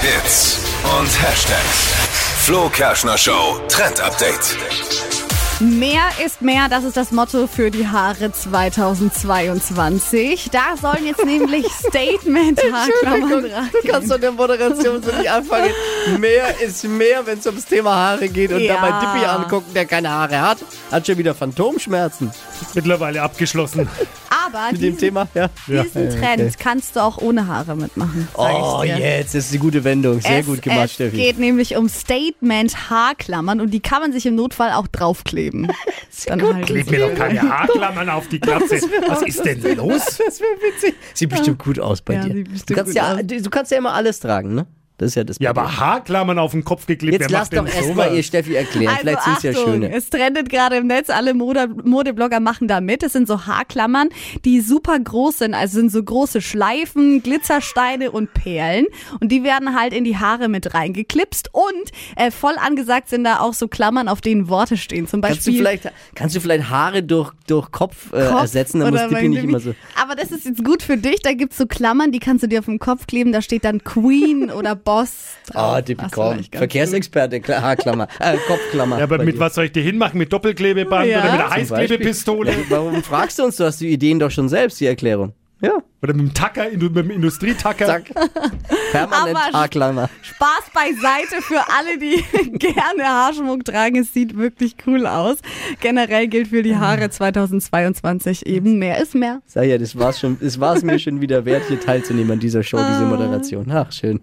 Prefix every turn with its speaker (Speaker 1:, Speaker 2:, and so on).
Speaker 1: Hits und Hashtags. Flo Kerschner Show Trend Update.
Speaker 2: Mehr ist mehr, das ist das Motto für die Haare 2022. Da sollen jetzt nämlich Statement-Haarklammern rein.
Speaker 3: Du kannst doch der Moderation so nicht anfangen. Mehr ist mehr, wenn es ums Thema Haare geht. Und
Speaker 2: Ja.
Speaker 3: dabei Dippy angucken, der keine Haare hat, hat schon wieder Phantomschmerzen
Speaker 4: Mittlerweile abgeschlossen.
Speaker 2: Aber
Speaker 3: mit dem
Speaker 2: diesen,
Speaker 3: Thema. Ja.
Speaker 2: diesen Trend
Speaker 3: Okay.
Speaker 2: kannst du auch ohne Haare mitmachen. sag
Speaker 3: Oh,
Speaker 2: ich dir.
Speaker 3: jetzt ist die gute Wendung. Sehr
Speaker 2: es,
Speaker 3: gut gemacht,
Speaker 2: es
Speaker 3: Steffi.
Speaker 2: geht nämlich um Statement-Haarklammern und die kann man sich im Notfall auch draufkleben. Dann halt halten
Speaker 4: Leg
Speaker 2: sie-
Speaker 4: mir doch keine Haarklammern auf die Glatze. Was ist denn los?
Speaker 3: Das wäre witzig. Sieht bestimmt gut aus bei
Speaker 2: um- Ja,
Speaker 3: dir.
Speaker 2: sieht
Speaker 3: Du
Speaker 2: bestimmt
Speaker 3: kannst,
Speaker 2: gut
Speaker 3: ja,
Speaker 2: aus.
Speaker 3: du kannst ja immer alles tragen, ne? Das ist ja das
Speaker 4: Ja,
Speaker 3: Problem.
Speaker 4: aber Haarklammern auf den Kopf geklebt.
Speaker 3: Jetzt
Speaker 4: wer
Speaker 3: lass doch
Speaker 4: macht denn
Speaker 3: erstmal ihr
Speaker 4: sowas?
Speaker 3: Steffi erklären.
Speaker 2: Also
Speaker 3: Vielleicht sind es ja
Speaker 2: Achtung,
Speaker 3: schöne.
Speaker 2: Es trendet gerade im Netz, alle Mode- Modeblogger machen da mit. Es sind so Haarklammern, die super groß sind. Also sind so große Schleifen, Glitzersteine und Perlen. Und die werden halt in die Haare mit reingeklipst. Und äh, voll angesagt sind da auch so Klammern, auf denen Worte stehen. Zum
Speaker 3: Kannst du,
Speaker 2: Beispiel.
Speaker 3: vielleicht, kannst du vielleicht Haare durch, durch Kopf, äh,
Speaker 2: Kopf
Speaker 3: ersetzen? Dann muss
Speaker 2: oder
Speaker 3: Dippy nicht
Speaker 2: irgendwie-
Speaker 3: immer so.
Speaker 2: Aber das ist jetzt gut für dich. Da gibt's so Klammern, die kannst du dir auf den Kopf kleben. Da steht dann Queen oder Boss. drauf.
Speaker 3: Ah, Dippy,
Speaker 2: Das
Speaker 3: komm.
Speaker 2: vielleicht ganz
Speaker 3: Verkehrsexperte, Kla- Haarklammer, äh, Kopfklammer.
Speaker 4: Ja, aber
Speaker 3: bei
Speaker 4: mit
Speaker 3: dir.
Speaker 4: was soll ich dir hinmachen? Mit Doppelklebeband
Speaker 2: Ja.
Speaker 4: oder mit einer
Speaker 2: Zum
Speaker 4: Heißklebepistole?
Speaker 3: Warum fragst du uns? Du hast die Ideen doch schon selbst, die Erklärung. Ja,
Speaker 4: Oder mit dem Tacker, mit dem Industrietacker?
Speaker 3: zack. Permanent
Speaker 2: Aber-
Speaker 3: Haarklammer.
Speaker 2: Spaß beiseite für alle, die gerne Haarschmuck tragen. Es sieht wirklich cool aus. Generell gilt für die Haare 2022 eben mehr ist mehr.
Speaker 3: Sag ja, das war's, schon, das war's mir schon wieder wert, hier teilzunehmen an dieser Show, diese
Speaker 2: Ah.
Speaker 3: Moderation. Ach, schön.